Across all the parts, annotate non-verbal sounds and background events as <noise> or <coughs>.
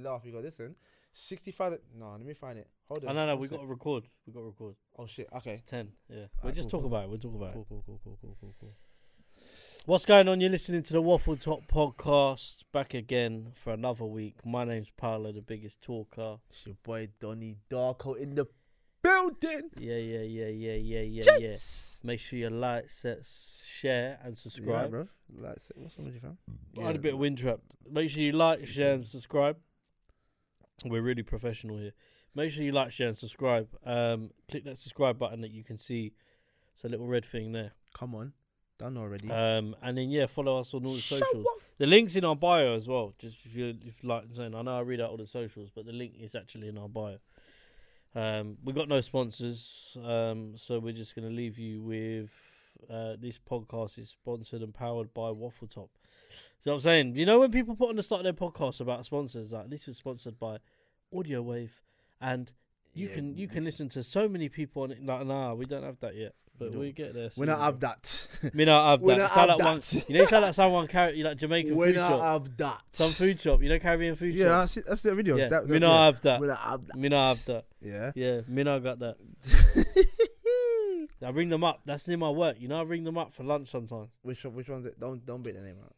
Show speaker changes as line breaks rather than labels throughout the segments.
stuff. You go listen, sixty-five. No, let me find it. Hold on.
Oh, no, no,
one
we
sec.
got to record. We got to record.
Oh shit. Okay.
Ten. Yeah, we'll
Alright,
just
cool,
talk
cool.
about it. We'll talk about
Cool,
it.
cool, cool, cool, cool, cool, cool.
What's going on? You're listening to the Waffle Top podcast. Back again for another week. My name's Paolo, the biggest talker.
It's your boy Donnie Darko in the building.
Yeah, yeah, yeah, yeah, yeah, yeah, yeah.
Yes.
Make sure you like, set, share, and
You alright,
subscribe.
bro. Like, say- what's wrong with you, fam?
I had a bit of wind trap. Make sure you like, share, and subscribe. We're really professional here. Make sure you like, share, and subscribe. Um, click that subscribe button that you can see. It's a little red thing there.
Come on, done already.
Um, and then yeah, follow us on all the
Show
socials.
off.
The link's in our bio as well. Just if you if you like I'm saying, I know I read out all the socials, but the link is actually in our bio. Um, we got no sponsors, um, so we're just gonna leave you with uh, this podcast is sponsored and powered by Waffle Top. So I'm saying, you know, when people put on the start of their podcast about sponsors, like this was sponsored by Audio Wave, and you
Yeah,
can you
we-
can listen to so many people on it. Like, nah, we don't have that yet, but
don't.
we get there.
When I
soon. <laughs>
have that.
Me not have
When
that.
I
It sound
have
like one-
that.
you know, you sound like someone carry you like Jamaican food
when I
shop,
have that.
some food shop. You know, Caribbean food
Yeah, I
shop.
see, that's the videos.
yeah.
That,
me
that-
not have
yeah.
that.
When I have that.
Me not have that. <laughs>
Yeah. <laughs>
Yeah, me not got that. I ring them up. That's near my work. You know, I ring them up for lunch sometimes.
which one, which one's it? Don't don't beat the name out.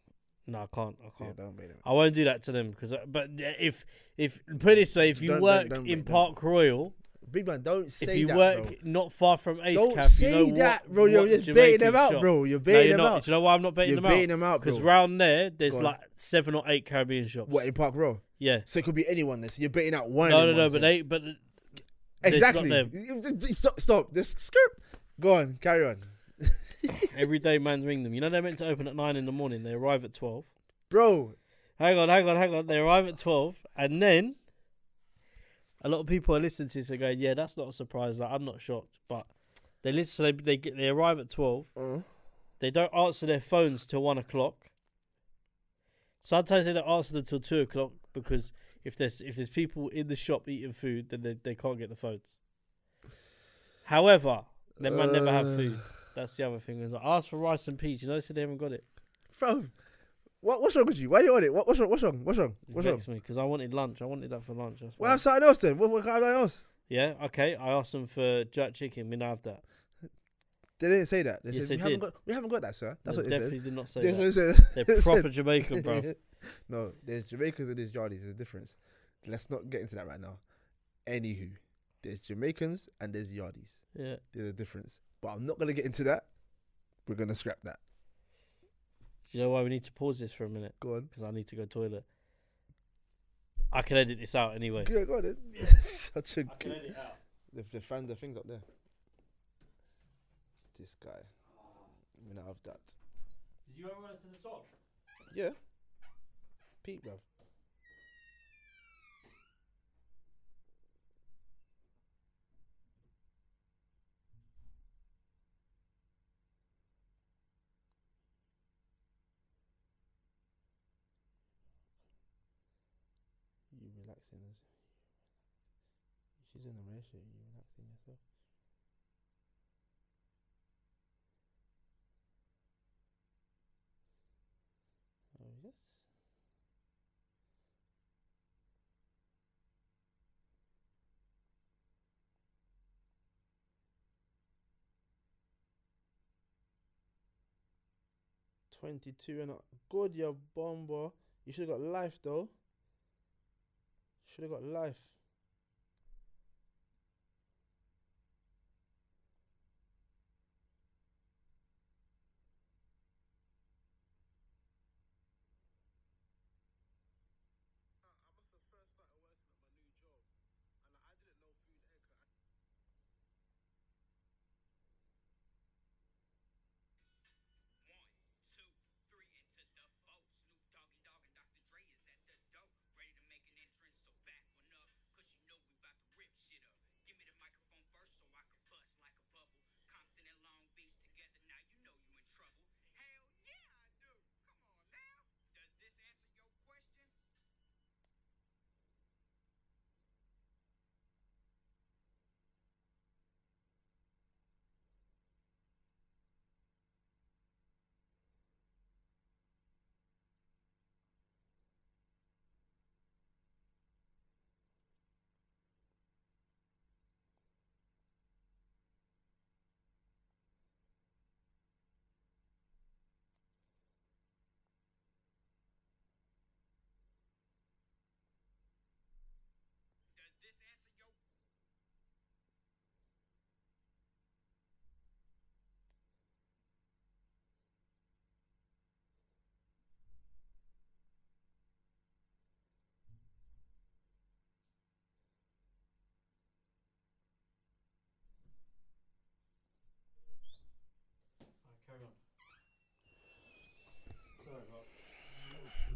No, I can't. I
Yeah,
can't.
don't beat it.
I won't do that to them because. But if if put it this way, if you
Don't- don't-
work
don't,
in
mate, don't.
Park Royal,
Big man, don't say
if you
that.
work
bro.
not far from Ace
don't
Cafe,
say
you know
that,
what,
bro. You're
what
just
Jamaican
baiting them out,
shop-
bro. You're
No,
baiting
you're
them
not.
out.
Do you know why I'm not baiting
You're
them out?
baiting them out,
Because
bro.
round there, there's
Go on.
like seven or eight Caribbean shops.
What in Park Row?
Yeah.
So it could be anyone. This you're baiting out one.
No,
of
no,
them
no.
ones
But
there.
they, but
exactly.
them.
You- you- you- Stop, stop. This script. Go on, carry on,
every day man's ring them. You know they're meant to open at nine in the morning. They arrive at twelve.
bro.
Hang on, hang on, hang on. They arrive at twelve, and then a lot of people are listening to this and going, "Yeah, that's not a surprise. Like, I'm not shocked." But they listen. They they, get, they arrive at twelve.
Uh,
They don't answer their phones till one o'clock. Sometimes they don't answer them till two o'clock because if there's if there's people in the shop eating food, then they, they can't get the phones. However, they might never have
Uh.
food. That's the other thing. Is I asked for rice and peas. You know, they said they haven't got it.
bro. What, what's wrong with you? Why you on it? What, what's wrong? What's wrong? What's wrong?
It
What's wrong?
vexed me because I wanted lunch. I wanted that for lunch. That's
Well,
why.
have something else then. What, what can't I have something else?
Yeah, okay. I asked them for jerk chicken. We don't have that.
They didn't say that. They
Yes,
said
they
we haven't
did.
got we haven't got that, sir. That's
they
what they
definitely
said.
did not say
That's what
that.
they said.
They're
They <laughs>
proper
said-
Jamaican, bro.
no, there's Jamaicans and there's Yardies. There's a difference. Let's not get into that right now. Anywho, there's Jamaicans and there's Yardies.
Yeah.
There's a difference. But I'm not gonna get into that. We're gonna scrap that.
Do you know why we need to pause this for a minute?
Go on.
Because I need to go toilet. I can edit this out anyway.
Yeah, go on. Then. <laughs> Such a
I can
good.
edit out.
They've, they've found the things up there. This guy. I'm gonna have that.
Did you ever run to the shop?
Yeah. Pete, bro. You relaxing as she's in the relationship, you relaxing yourself. Oh yes. Twenty-two and a good, you bomber. You should have got life though. Should have got life.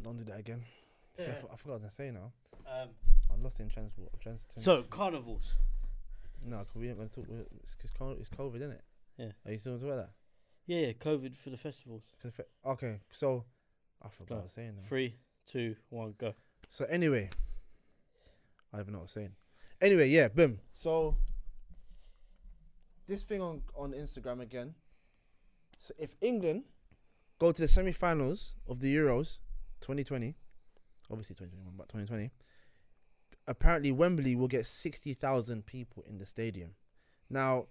don't do that again. So I,
Yeah.
for- I forgot what I was gonna say now.
Um,
I lost in transport. I'm trying to
so carnivals.
no, 'cause we ain't gonna talk. we- It's cause co- it's COVID, isn't it?
Yeah.
Are you still talking about that?
Yeah, yeah, COVID for the festivals.
'Cause if it- okay, so I forgot
Go.
what I was saying. Now.
Three, two, one, go.
So anyway, I don't even know what I was saying. Anyway, yeah, boom. So this thing on on Instagram again. So if England go to the semi-finals of the Euros 2020, obviously 2021, but 2020, apparently Wembley will get 60,000 people in the stadium. Now,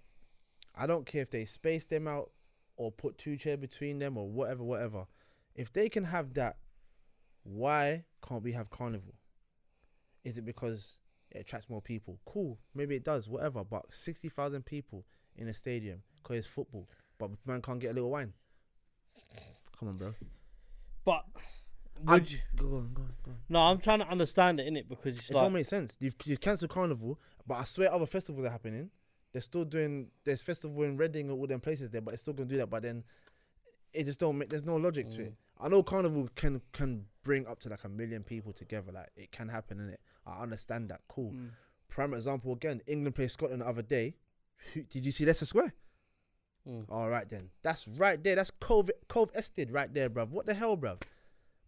I don't care if they space them out or put two chair between them or whatever, whatever. If they can have that why can't we have carnival? Is it because it attracts more people? Cool, maybe it does, whatever. But sixty thousand people in a stadium because it's football, but man can't get a little wine. Come on, bro.
But
I-
would you?
Go on, go on, go on.
No, I'm trying to understand it in it because it's
It
like
don't make sense. You've you cancelled carnival, but I swear other festivals are happening. They're still doing. There's festival in Reading and all them places there, but it's still gonna do that. But then, it just don't make. There's no logic to it. I know carnival can can bring up to like a million people together. Like it can happen, in it. I understand that. Cool. Prime example again. England played Scotland the other day. Who- Did you see Leicester Square?
Mm.
All right then. That's right there. That's Cove Cove Ested right there, bruv. What the hell, bruv?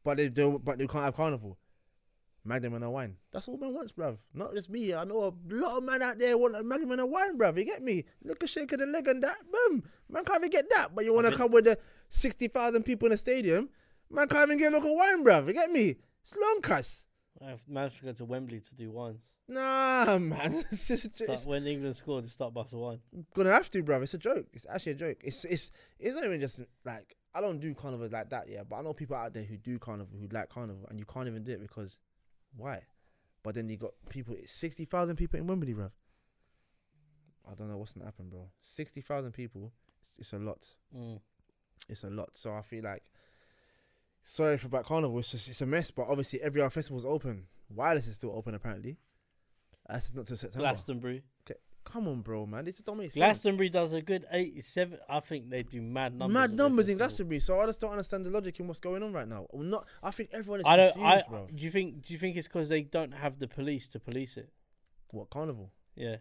But they do. But they can't have carnival. Magnum and a wine. That's all man wants, bruv. Not just me. I know a lot of man out there want a Magnum and a wine, bruv. You get me? Look a shake of the leg and that, boom. Man can't even get that. But you want to
think-
come with the 60,000 people in the stadium. Man can't even get a look of wine, bruv. You get me? It's long cuss.
I have managed to go to Wembley to do wines.
Nah, man. <laughs> It's, just, it's,
But when England scored, they start busting wine.
gonna have to, bruv. It's a joke. It's actually a joke. It's it's it's not even just like I don't do carnivals like that, yeah. But I know people out there who do carnival, who like carnival, and you can't even do it because why? But then you got people. It's sixty thousand people in Wembley, bruv. I don't know what's gonna happen, bro. Sixty thousand people. It's, it's a lot.
Mm.
It's a lot. So I feel like sorry for about carnival. It's just, it's a mess. But obviously every other festival's open. Wireless is still open apparently. That's not till September.
Glastonbury.
Come on, bro, man. This don't make sense.
Glastonbury does a good 87. I think they do mad numbers. at
Mad
their
numbers in
festival.
Glastonbury, so I just don't understand the logic in what's going on right now. i not. I think everyone is
I don't.
confused,
I
bro.
do you think? Do you think it's because they don't have the police to police it?
What carnival?
Yeah.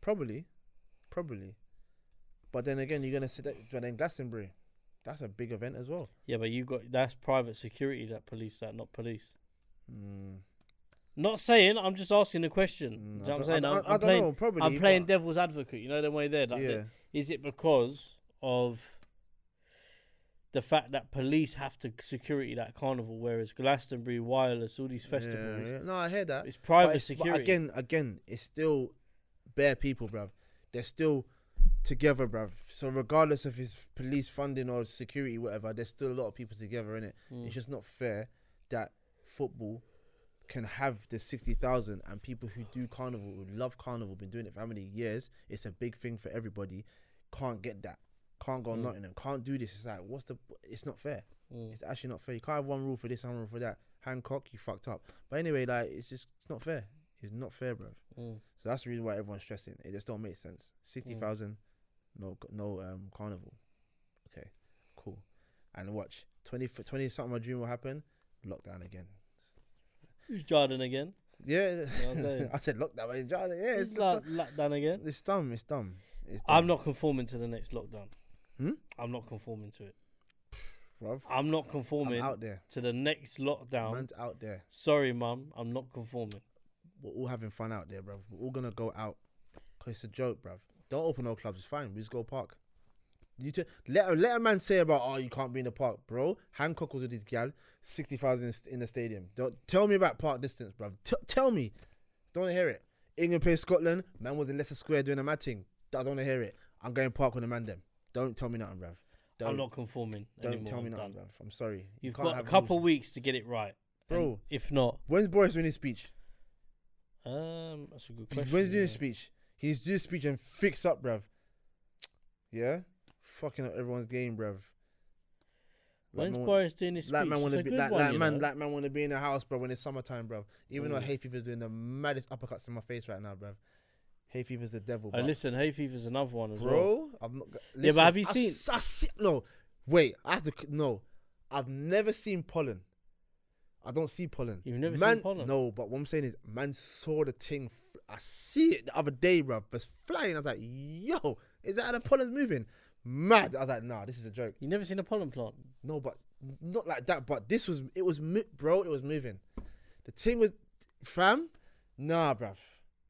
Probably, probably. But then again, you're gonna sit that. But then Glastonbury, that's a big event as well.
Yeah, but you got that's private security that police that, not police.
Mm,
Not saying. I'm just asking the question.
mm,
Do you know what I'm
I
saying?
don't- I,
I'm,
I don't
I'm playing.
know. Probably.
I'm playing
but-
devil's advocate. You know the way there. Like
yeah.
the- is it because of the fact that police have to security that carnival, whereas Glastonbury, wireless, all these festivals,
Yeah, yeah. No, I hear that.
it's
But
private
it's- but
security.
again, again, it's still bare people, bruv. They're still together, bruv. So regardless of his police funding or security, whatever, there's still a lot of people together in it.
Mm.
It's just not fair that football can have the 60,000 and people who do carnival, who love carnival, been doing it for how many years, it's a big thing for everybody, can't get that. Can't go on
Mm.
Nottingham, can't do this. It's like, what's the. It's not fair.
Mm.
It's actually not fair. You can't have one rule for this, one rule for that. Hancock, you fucked up. But anyway, like, it's just it's not fair. It's not fair, bruv.
Mm.
So that's the reason why everyone's stressing. It just don't make sense. Sixty
Mm.
thousand, no, no um, carnival. Okay, cool. And watch 20, 20 something. My dream will happen. Lockdown again.
Who's Jordan again?
Yeah,
I'm saying.
<laughs> I said lockdown. but it's- Yeah, it's,
Who's
just
La-
dumb.
Lockdown again?
it's dumb. It's dumb. It's
I'm
dumb,
not conforming to the next lockdown.
Hmm?
I'm not conforming to it.
bruv.
I'm not Um,
I'm
conforming
out there.
to the next lockdown.
Man's out there.
Sorry, mum, I'm not conforming.
We're all having fun out there, bruv. We're all gonna go out. Cause it's a joke, bruv. Don't open no clubs. It's fine. We just go park. You t- let a, let a man say about oh you can't be in the park, bro. Hancock was with his gal, sixty thousand in the stadium. Don't tell me about park distance, bruv. T- tell me. Don't wanna hear it. England plays Scotland. Man was in Leicester Square doing a mad thing. I don't wanna hear it. I'm going park with a man them. Don't tell me nothing, bruv. Don't,
I'm not conforming
don't
anymore.
tell me
I'm
nothing,
done.
bruv. I'm sorry. You
You've
can't
got a
have
couple
rules.
weeks to get it right, And
Bro.
If not,
When's Boris doing his speech?
um, that's a good
When's
question.
he doing his
yeah.
speech? He needs to do his speech and fix up, bruv. Yeah? Fucking up everyone's game, bruv.
When's
man,
Boris doing his speech?
like man
It's
wanna
a
be
good
like,
one,
like
you
man
know.
like man wanna be in the house, bruv, when it's summertime, bruv. Even though
Mm.
hay fever's doing the maddest uppercuts in my face right now, bruv. Hay fever's the devil,
Oh,
bruv.
listen, hay fever's another one as well.
bro. I'm not. go-
Yeah, but have you
I
seen-
s- I see- no, wait. I have to. c- No, I've never seen pollen. I don't see pollen.
You've never seen
man,
pollen?
No, but what I'm saying is, man saw the thing. F- I see it the other day, bruv. It's flying. I was like, yo, is that how the pollen's moving? Mad. I was like, nah, this is a joke.
You've never seen a pollen plant.
No, but not like that. But this was, it was, mo- bro, it was moving. The thing was, fam, nah, bruv.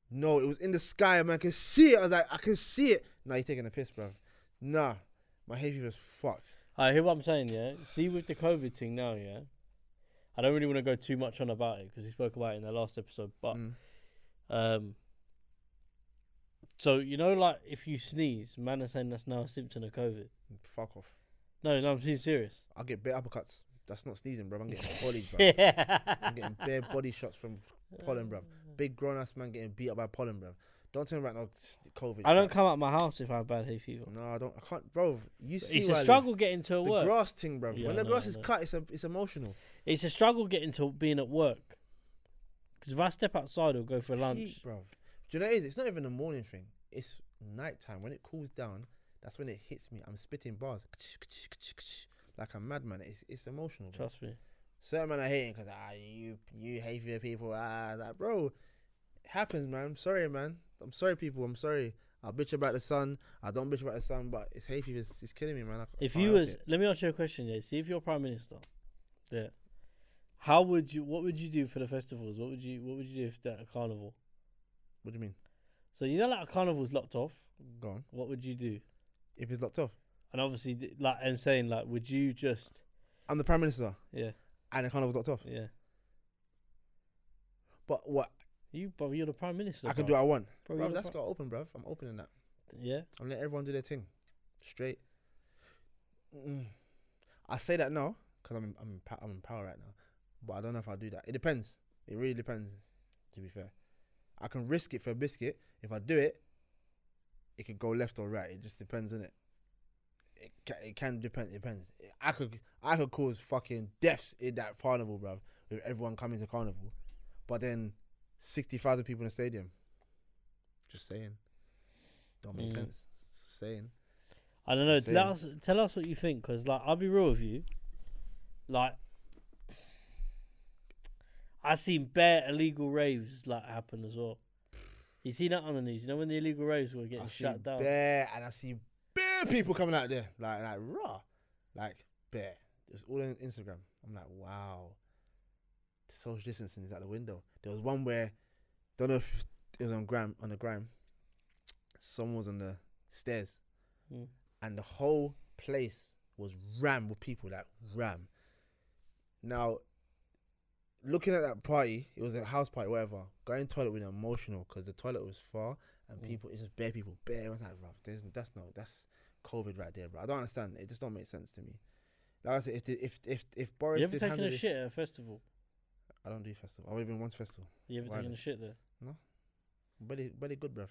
No, it was in the sky, man. I could see it. I was like, I can see it. Nah, you're taking a piss, bruv. Nah, my hay fever's fucked.
I hear what I'm saying, yeah. See, with the COVID thing now, yeah. I don't really want to go too much on about it because we spoke about it in the last episode. But
Mm.
um, so you know, like if you sneeze, man is saying that's now a symptom of COVID.
Fuck off.
No, no, I'm being serious.
I'll get bare uppercuts. That's not sneezing, bruv. I'm
<laughs>
getting bodied, bruv. I'm
Yeah.
getting bare body shots from pollen, bruv. Big grown ass man getting beat up by pollen, bruv. Don't tell me right now, it's COVID.
I don't
bruv.
come out my house if I have bad hay fever.
No, I don't. I can't, bro. You see,
It's
where I
a
live.
struggle getting to
The
work.
grass thing, bruv.
Yeah,
when
I
the
know,
grass
I
is
know.
cut, it's a, it's emotional.
It's a struggle getting to being at work. Because if I step outside or go for lunch,
Heat, bruv. Do you know what it is? It's not even a morning thing. It's nighttime. When it cools down, that's when it hits me. I'm spitting bars like a madman. It's it's emotional. bruv.
trust me.
Certain man are hating because ah you you hate your people ah that bro, it happens man. I'm sorry man. I'm sorry people. I'm sorry. I'll bitch about the sun. I don't bitch about the sun, but it's hay fever. It's, it's killing me man. I,
If
can't
you
help
was,
it.
let me ask you a question, yeah. See, if you're prime minister, yeah, how would you? What would you do for the festivals? What would you? What would you do if that a carnival?
what do you mean?
So you know, like a carnival's locked off.
Go on.
What would you do?
If it's locked off,
And obviously, th- like I'm saying, like, would you just?
I'm the prime minister,
Yeah,
and the carnival's locked off.
yeah.
But what
You, bro, you're the prime minister.
I can do,
bro.
what I want.
Bro,
Bro,
you're
that's
the
got open, bruv. I'm opening that.
pri- yeah.
I'm letting everyone do their thing, straight. Mm. I say that now because I'm I'm in, pa- I'm in power right now, but I don't know if I'll do that. It depends. It really depends. To be fair, I can risk it for a biscuit. If I do it, it could go left or right. It just depends, innit? It can, it can depend. Depends. I could I could cause fucking deaths in that carnival, bruv, with everyone coming to carnival, but then sixty thousand people in the stadium. Just saying, don't make
Mm.
sense. Just saying.
I don't know.
Same.
Tell us, tell us what you think, because like I'll be real with you. Like, I seen bare illegal raves like happen as well. You see that on the news? You know when the illegal raves were getting
I see
shut down.
Bear, and I see bare people coming out there, like like raw, like bare. It's all on Instagram. I'm like, wow, social distancing is out the window. There was one where, don't know if it was on gram on the gram. Someone was on the stairs,
Mm.
and the whole place was rammed with people, like ram. Now, looking at that party, it was a house party, whatever. Going toilet was emotional because the toilet was far and
Mm.
people, it's just bare people, bare. I was like, bruv, there's, that's no, that's COVID right there, bro. I don't understand. It just don't make sense to me. Like I said, if the, if if if Boris
You ever
did
taken
handle
a
this-
shit at a festival?
I don't do festival. I've even once festival.
You ever
Why
taken
not?
a shit there?
Belly, belly good, bruv.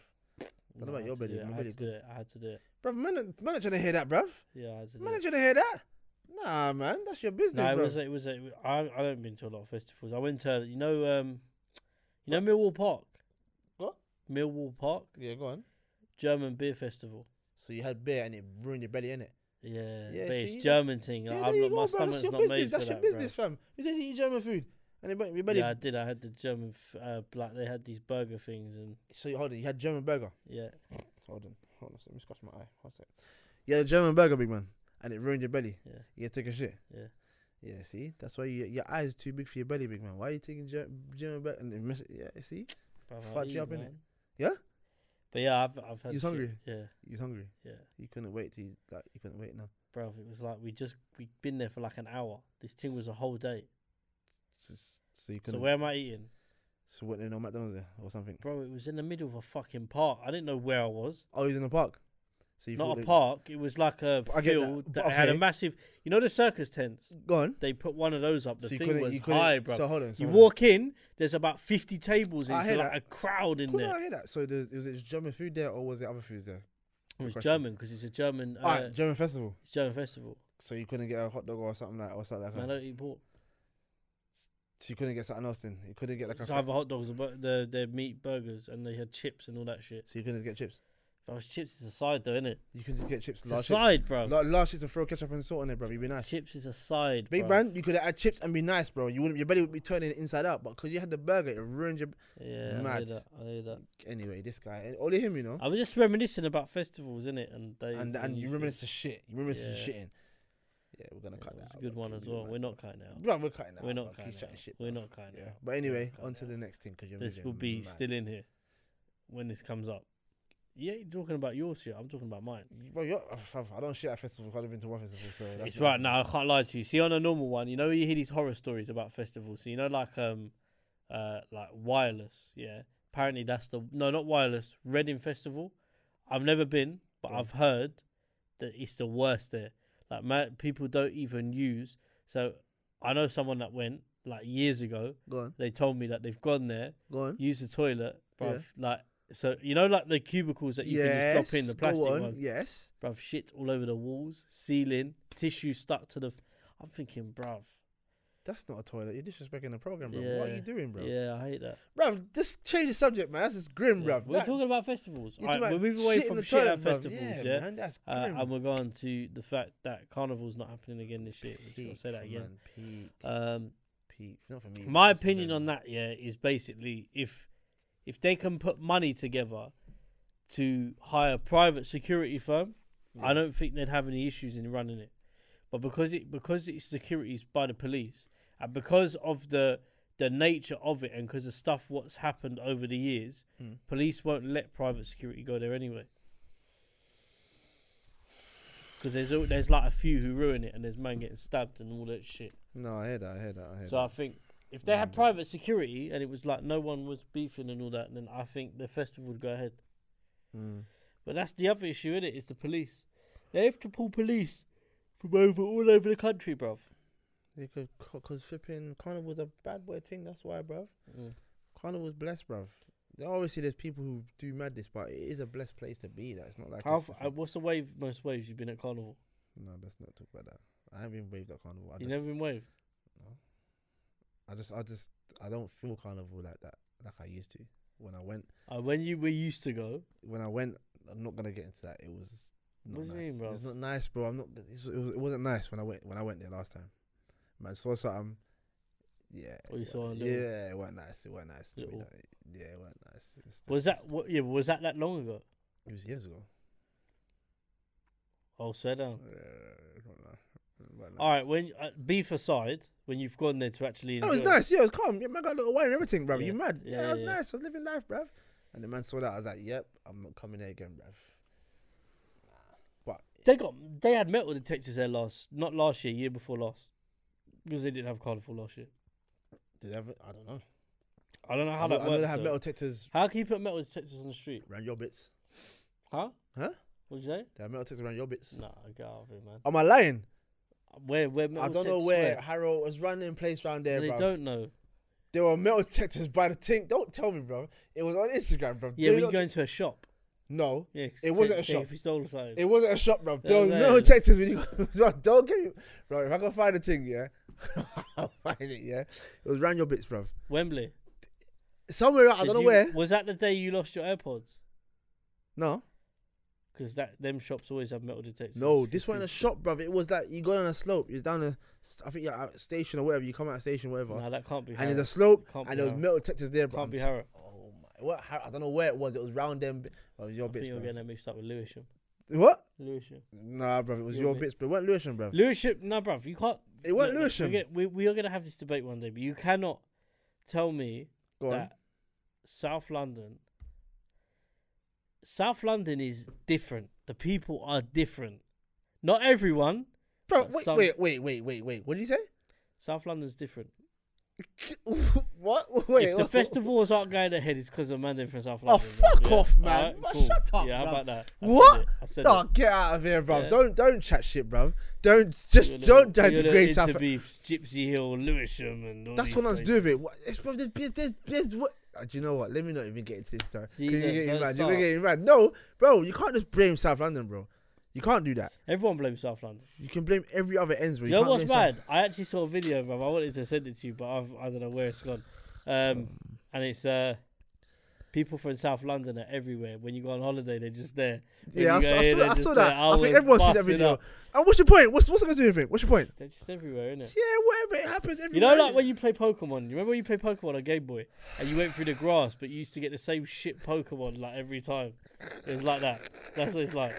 Don't know
No,
about
I had
your
to
belly,
do it,
my
I had
belly
to do it. I had to do it.
Bruv, man, not- man not trying to hear that, bruv.
Yeah, I had to do
Man not
it.
trying to hear that. Nah, man, that's your business,
No, it
bruv.
was. It was. A, I. I don't been to a lot of festivals. I went to. You know. Um. You know Millwall Park.
What?
Millwall Park
Yeah, go on.
German beer festival.
So you had beer and it ruined your belly, innit?
Yeah,
Yeah,
but
see, that-
it's German thing.
Yeah, there
I'm
you
not,
go,
my
bruv. That's
stomach's
your
not
business.
made
That's
for
your
that,
business, fam. You just eat German food, and it burnt your
bro.
belly.
Yeah, I did. I had the German, f- uh, like they had these burger things, and
So you, hold on, you had German burger.
yeah,
Hold on, hold on. a sec, Let me scratch my eye. One sec. You had a German burger, big man, and it ruined your belly.
Yeah.
You had to take a shit.
Yeah.
Yeah. See, that's why you, your eyes too big for your belly, big man. Why are you taking Ger- German burger? And it mess- yeah, see,
bruv, I
Fucked you
eat,
up, innit?
man.
Yeah?
but yeah, I've I've had.
You's
shit.
hungry?
Yeah,
you're hungry.
yeah,
You couldn't wait to like you couldn't wait now.
bro. It was like we just we'd been there for like an hour. This thing was a whole day.
So, so you
So
couldn't.
where am I eating,
So what? No McDonald's there or something.
bro? It was in the middle of a fucking park. I didn't know where I was.
Oh, he's in the park. So you
Not
thought
a
they-
park. It was like a
But I get that,
field
but
that, had a
okay.
massive. You know the circus tents.
Go on.
They put one of those up. The
so you
thing
couldn't.
was
you couldn't.
high, bro.
So hold on. So
You
hold on.
walk in, there's about 50 tables
I
and so
hear
like
that.
a crowd in
Cool,
there.
I hear that. So the, was it German food there or was it other foods there?
It was
question.
German because it's a German uh,
Alright, German festival.
it's German festival.
So you couldn't get a hot dog or something like or something like
Man, I
that.
don't eat pork.
So you couldn't get something else then. You couldn't get like a
so
fr-
I have hot dogs, but the their meat burgers and they had chips and all that shit.
so you couldn't get chips.
Bro, chips is a side though, isn't it?
You can just get chips.
It's a
Large chips.
side, bro.
La- large chips and throw ketchup and salt on there, bro. You'd be nice.
Chips is a side.
Big
bruv.
man, you could have had chips and be nice, bro. You wouldn't. Your belly would be turning inside out, but because you had the burger, it ruined your.
Yeah, I
Mad.
hear that. I hear that.
Anyway, this guy, and only him, you know.
I was just reminiscing about festivals, innit? And days
and
when
and you
used to-
reminisce the shit. You reminisce the
Yeah.
shitting. Yeah, we're gonna
Yeah,
cut that.
That's a
out,
good
bro.
one
Keep
as
doing
well.
that.
We're not cutting it out.
Bro, we're cutting that.
We're
out,
not
bro.
cutting
Keep
it
chatting
out.
shit.
We're
bro.
not cutting it
Yeah,
out.
but
We're not
anyway,
cutting
on
it
to
out.
the next thing because you're.
This
really
will be
mad.
still in here when this comes up. You ain't talking about your shit. I'm talking about mine.
Bro, you're, oh, I don't shit at festivals. I've been to one festival, so that's
it's
not-
right now. I can't lie to you. See, on a normal one, you know, you hear these horror stories about festivals. So you know, like um, uh, like wireless. Yeah, apparently that's the no, not wireless. Reading Festival. I've never been, but
Yeah.
I've heard that it's the worst there. Like ma people don't even use. So I know someone that went like years ago.
Go on,
They told me that they've gone there,
go on.
used the toilet, bruv. Like so, you know, like the cubicles that you can just drop in the
Yes,
plastic
go on.
ones
Yes.
bruv, shit all over the walls, ceiling, tissue stuck to the. I'm thinking, bruv.
That's not a toilet. You're disrespecting the program, bro. What are you
Yeah.
doing, bro?
Yeah, I hate that.
Bruv, just change the subject, man. That's just grim,
Yeah.
bruv.
We're
That-
talking about festivals.
you're
All
talking
right, we're
about
moving
shit
away
in
from
the
shit at
bruv.
festivals,
Yeah,
yeah.
man, that's
Uh,
grim.
and we're going to the fact that carnival's not happening again this year. We're just gonna say that
Peak,
again.
man, peak,
Um,
peak. Not for me.
my opinion on that, yeah, is basically if if they can put money together to hire a private security firm, I don't think they'd have any issues in running it. But because it because it's securities by the police and because of the the nature of it and because of stuff what's happened over the years,
Hmm.
police won't let private security go there anyway. Because there's al- there's like a few who ruin it and there's man getting stabbed and all that shit.
No, I hear that. I hear that. I hear
So I
that.
think if they had
Mm.
private security and it was like no one was beefing and all that, then I think the festival would go ahead.
Mm.
But that's the other issue, is it? It's the police. They have to pull police from over all over the country, bruv.
Because cause flipping carnival's a bad boy thing. That's why, bruv. Carnival's blessed, bruv. There- Obviously, there's people who do madness, but it is a blessed place to be. That's not like.
How,
it's
f-
just a-
uh, what's the wave? Most waves you've been at carnival?
no, let's not talk about that. I haven't been waved at carnival. I
you
just,
never been waved.
I just, I just, I don't feel carnival like that, like I used to. When I went,
Uh, when you we used to go,
when I went, I'm not gonna get into that. It was not
What do
nice.
you mean,
It's
bruv?
not nice, bro. I'm not. It's, it, was, it wasn't nice when I went when I went there last time. Man, saw something. Yeah.
Oh, you
it
saw a
wa-
little-
Yeah, it weren't nice. It weren't nice. We
Little-
don't- yeah, it weren't nice. It's-
was
that's-
that what? Yeah, was that that long ago?
It was years ago.
Oh, swear down.
Yeah, I don't know. It weren't nice.
All right, when uh, beef aside, when you've gone there to actually,
That was
enjoy it,
nice. Yeah, it was calm. Yeah, man, got a little wine and everything, bruv.
Yeah.
You mad? Yeah,
Yeah,
it was
yeah, yeah.
nice. I was living life, bruv. And the man saw that. I was like, yep, I'm not coming there again, bruv.
They got they had metal detectors there last, not last year, year before last, because they didn't have carnival last year.
Did they have? I don't know.
I don't know how
I know,
that
I know
works.
they have
though.
metal detectors
How can you put metal detectors on the street?
around your bits.
Huh?
Huh?
What'd you say?
They have metal detectors around your bits.
Nah, get out of here, man.
Am I lying?
Where where metal
I don't know
detectors
where
were?
Harold was running place round there,
they
bro.
don't know.
There were metal detectors by the thing. Don't tell me, bro. It was on Instagram, bro.
Yeah,
Do
when you
not-
go into a shop.
No,
Yeah,
It wasn't a shop.
If you stole something.
it wasn't a shop, bro. There
That's
was
right.
metal detectors when you go. don't give me, bro. If I can find the thing, yeah, <laughs> I'll find it. Yeah, it was round your bits, bro.
Wembley.
Somewhere I
Did
don't know
you-
where.
Was that the day you lost your AirPods?
No,
Because that them shops always have metal detectors.
no, this wasn't a shop, bro. It was that you go down a slope. It's down a, st- I think you're at a station or whatever. You come out of station, whatever.
Nah, that can't be.
and there's
Harrow.
a slope,
Can't be
and there was
Harrow.
metal detectors there, bro.
can't be
I'm-
Harrow.
Oh my! What? Har- I don't know where it was. It was round them. bi- oh, It was your
I think
bits,
you're
bro.
getting that mixed up with Lewisham.
What?
Lewisham.
Nah, bro. It was your,
Your
bits, but it weren't Lewisham, bro.
Lewisham. No, bruv, you can't.
It weren't
look, look,
Lewisham.
We, get- we, we are gonna have this debate one day, but you cannot tell me
Go on.
that South London. South London is different. The people are different. Not everyone.
Bro,
that
wait,
some-
wait, wait, wait, wait, wait. What did you
South London's different.
say? <laughs> what? Wait.
if the
what?
festivals aren't going ahead, it's because of man they're from South
Oh,
London.
fuck
Yeah.
off, man.
Alright,
Man,
cool.
shut up,
Yeah, how
bruv.
about that? I said
What?
it. I said
Nah,
it.
get out of here, bro.
Yeah.
Don't don't chat shit, bro. Don't just
Your little-
don't try
your
to
little
grace South.
Interbeefs, Gypsy Hill, Lewisham, and all
That's
these
what I'm to
places.
do with it. What- It's bro, there's, there's, there's, there's what. Uh, do you know what? Let me not even get into this, bro. 'Cause
See,
You're
look,
getting
don't
mad. You're gonna
start.
get mad. No, bro. You can't just blame South London, bro. You can't do that.
Everyone blames South London.
You can blame every other ends, bro.
Do you know
can't
what's
blame South-
bad? I actually saw a video,
Um.
bruv. I wanted to send it to you, but I've, I don't know where it's gone. Um, and it's uh, People from South London are everywhere. When you go on holiday, they're just there. When
Yeah, I
you
saw,
go
I
here,
saw,
they're
I
just "Oh,
saw
there.
that. I
was
think everyone's seen that
busting
video.
up.
And what's your point? What's what's it got to do with it? What's your point?
They're just everywhere, innit?
Yeah, whatever. It happens
You
everywhere.
know, like when you play Pokemon. You remember when you played Pokemon on Game Boy and you went through the grass, but you used to get the same shit Pokemon like every time. It was like that. That's what it's like.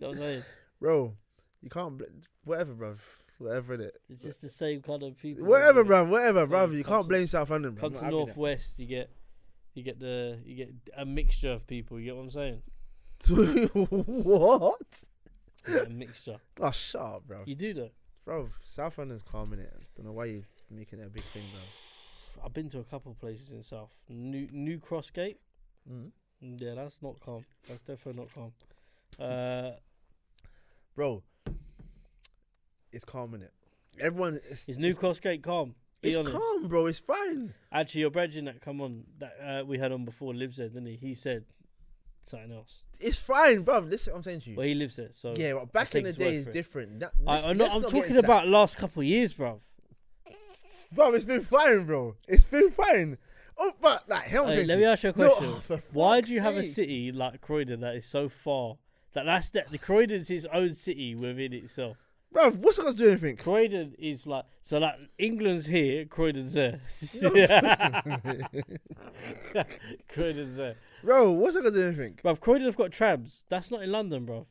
You know what I'm saying?
bro, you can't. Bl- whatever, bro. Whatever it.
It's just the same kind of people.
Whatever,
innit?
bro. Whatever, bro.
Come
You
to-
can't blame South London, bro.
Come to Northwest, you get, you get the, you get a mixture of people. You get what I'm saying?
<laughs> what?
You get
<laughs>
a mixture.
Oh, shut up, bro.
You do though.
Bro, South London's calming it. Don't know why you making it a big thing, bro.
I've been to a couple of places in South. New New Crossgate. Hmm?
Mm.
Yeah, that's not calm. That's definitely not calm. Uh,
Bro, it's calming it. Everyone, it's,
is New
it's,
Crossgate calm? Be
it's
honest.
calm, bro. It's fine.
Actually, your brethren that come on that uh, we had on before lives there, didn't he? He said something else.
It's fine, bro. Listen, I'm saying to you.
Well, he lives there, so
yeah, but back in
take
the
his word
day is
for it.
different. That-
I,
let's-
I'm, not,
let's
I'm
get
talking
into that.
about last couple of years, bruv.
Bro, it's been fine, bro. It's been fine. Oh, but like, hell, I'm
Hey,
saying
let
to
me
you.
ask you a
No,
question.
oh, <laughs> for
Why
fuck's
do you have a
sake.
city like Croydon that is so far? That that's that the Croydon's its own city within itself.
Bro, what's it got to do with anything?
Croydon is like so like England's here, Croydon's there. <laughs> Croydon's there.
<laughs> Bro, what's it got to do with anything?
Bruv, Croydon have got trams. That's not in London, bruv.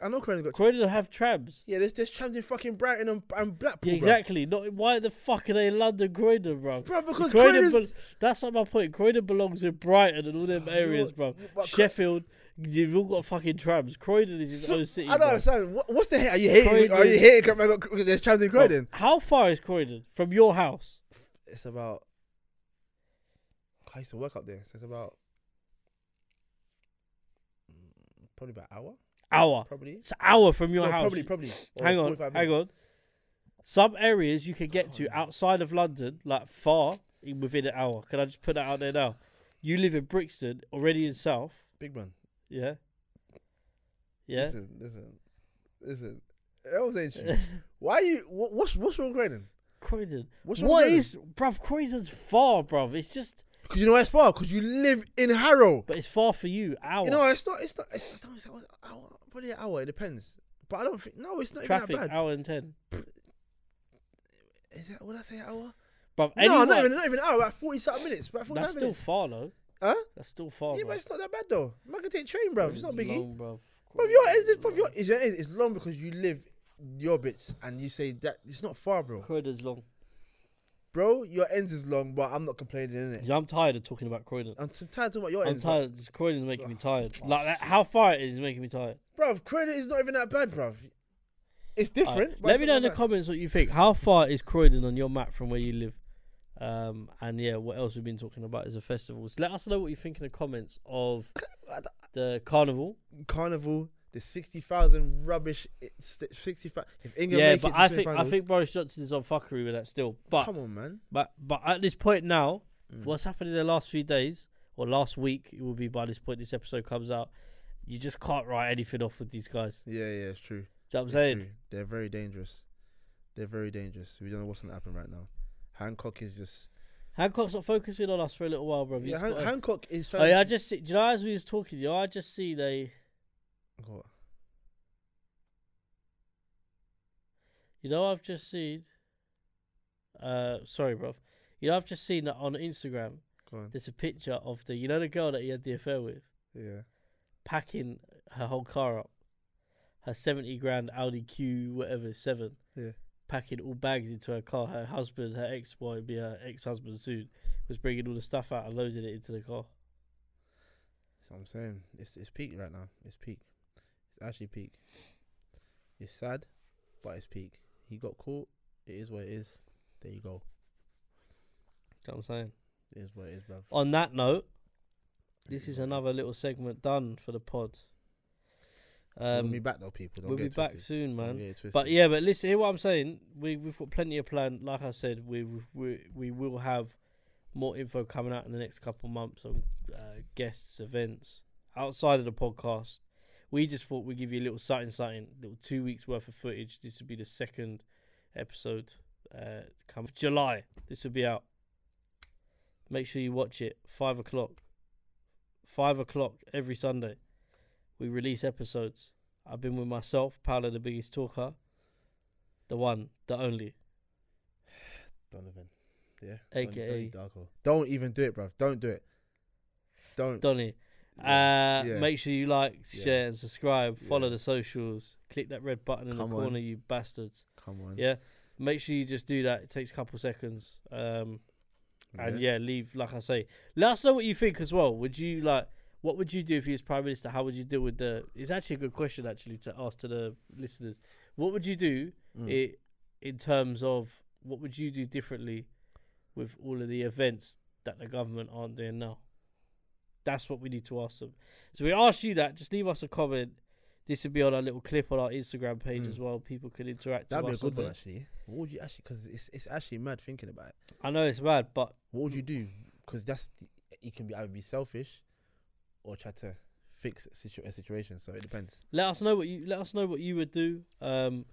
I know Croydon's got.
Croydon have trams.
Yeah, there's, there's trams in fucking Brighton and, and Blackpool.
Yeah, exactly. Not why the fuck are they in London Croydon, bro?
Bro, bro because
Croydon,
Croydon's.
bel that's not my point. Croydon belongs in Brighton and
<sighs>
all them areas, bro.
but Cro-
Sheffield, you've all got fucking trams. Croydon is its
So-
own city.
I don't
bro.
understand. What, what's the hate? Are you hating? Are
Croydon-
you hating? Cro- Cro- Cro- There's trams in
Bro,
Croydon.
How far is Croydon from your house?
It's about. I used to work up there. So it's about. mm, Probably about hour.
Hour.
Probably.
It's an hour from your
No,
house.
Probably, probably. Or
hang on,
45
hang
minutes.
on. Some areas you can get to
Can't.
outside of London, like far, in- within an hour. Can I just put that out there now? You live in Brixton, already in South.
Big man.
Yeah. Yeah.
Listen, listen, listen. I was saying
<laughs>
to you. Why are you? What, what's what's wrong with Croydon?
Croydon.
What's
What's
wrong
what
with
is, bruv? Croydon's far, bruv. It's just,
Because you know where it's far. Because you live in Harrow.
but it's far for you. Hour.
You know, it's not. It's not. It's, I don't it's hour, hour, probably an hour. It depends. But I don't think. No, it's not even
traffic,
that bad.
hour and ten.
Is that? Would I say an hour?
Bruv,
no,
anyone,
not even. Not even an hour. About forty something minutes. About forty
that's
minutes.
still far though.
Huh?
That's still far.
yeah,
bruv.
but it's not that bad though. Man can take train, bro. It's not
Croydon's
biggie.
long, bruv.
Bro, your is this, bro, your is your it's long because you live your bits and you say that it's not far, bro.
Croydon's long.
Bro, your ends is long, but I'm not complaining in it.
Yeah, I'm tired of talking about Croydon.
I'm t- tired of talking about your
I'm
ends.
tired. This Croydon's making me tired. Like that, how far it is is making me tired.
Bro, Croydon is not even that bad, bro. It's different.
Alright,
but
Let
it's
me
not
know in the
that bad.
comments what you think. How far is Croydon on your map from where you live? Um, and yeah, what else we've been talking about is the festivals. Let us know what you think in the comments of
<coughs>
the carnival.
Carnival, the sixty thousand rubbish, sixty five. If England
yeah,
make
but
it to
I think I
semi-finals-
think Boris Johnson is on fuckery with that still. But
come on, man.
but but at this point now,
Mm.
what's happened in the last few days or last week? It will be by this point this episode comes out. You just can't write anything off with these guys.
Yeah, yeah, it's true.
Do you know what I'm
It's
saying?
true. They're very dangerous. They're very dangerous. We don't know what's gonna happen right now. Hancock is just.
Hancock's not focusing on us for a little while, bro.
Yeah, Han- Hancock is
Oh,
trying.
yeah, I just see, do you know as we was talking, you know, I just see they,
What?
you know, I've just seen. Uh, sorry, bro. You know, I've just seen that on Instagram.
Go on.
There's a picture of the, you know, the girl that he had the affair with,
Yeah.
packing her whole car up, her seventy grand Audi Q whatever seven,
Yeah.
packing all bags into her car. Her husband, her ex boy, be her ex husband soon, was bringing all the stuff out and loading it into the car.
That's what I'm saying. It's it's peak right now. It's peak. It's actually peak. It's sad, but it's peak. He got caught. It is what it is. There you go.
Do you know what I'm saying?
It is what it is, bruv.
On that note,
It
this is
what it
another little segment done for the pod.
We'll
Um,
be back though, people. Don't
we'll
get
be
it
back
twisted.
soon,
Don't
man.
get it twisted.
But yeah, but listen, hear what I'm saying. We we've got plenty of plan. Like I said, we we we will have more info coming out in the next couple of months on uh, guests, events outside of the podcast. We just thought we'd give you a little something, something, little two weeks worth of footage. This would be the second episode. Uh, come July, this will be out. Make sure you watch it. Five o'clock. Five o'clock every Sunday. We release episodes. I've been with myself, Paolo, the biggest talker, the one, the only.
Donovan. Yeah.
AKA.
Donnie, Donnie Darko. Don't even do it, bruv. Don't do it. Don't.
Donny. Uh,
Yeah.
Make sure you like,
Yeah.
share, and subscribe. Follow
Yeah.
the socials. Click that red button in
Come
the
on.
corner, you bastards.
Come on.
Yeah. Make sure you just do that. It takes a couple seconds. Um, and
Mm.
yeah. leave like I say. Let us know what you think as well. Would you like? What would you do if you was prime minister? How would you deal with the? It's actually a good question actually to ask to the listeners. What would you do
Mm.
i in terms of what would you do differently with all of the events that the government aren't doing now? That's what we need to ask them. So we asked you that. Just leave us a comment. This would be on our little clip on our Instagram page
Mm.
as well. People could interact.
That'd be
with
a
us on
good one,
there.
actually. What would you actually? Because it's it's actually mad thinking about it.
I know it's mad, but
What would you do?
Mm.
Because that's the, you can be either be selfish, or try to fix a, situ- a situation. So it depends.
let us know what you let us know what you would do um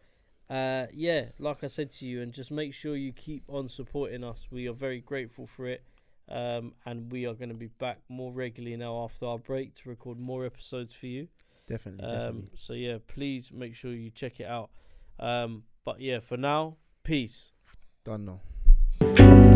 uh yeah like i said to you and just make sure you keep on supporting us we are very grateful for it um and we are going to be back more regularly now after our break to record more episodes for you
Definitely.
um
definitely.
so yeah please make sure you check it out um but yeah for now peace
Done now.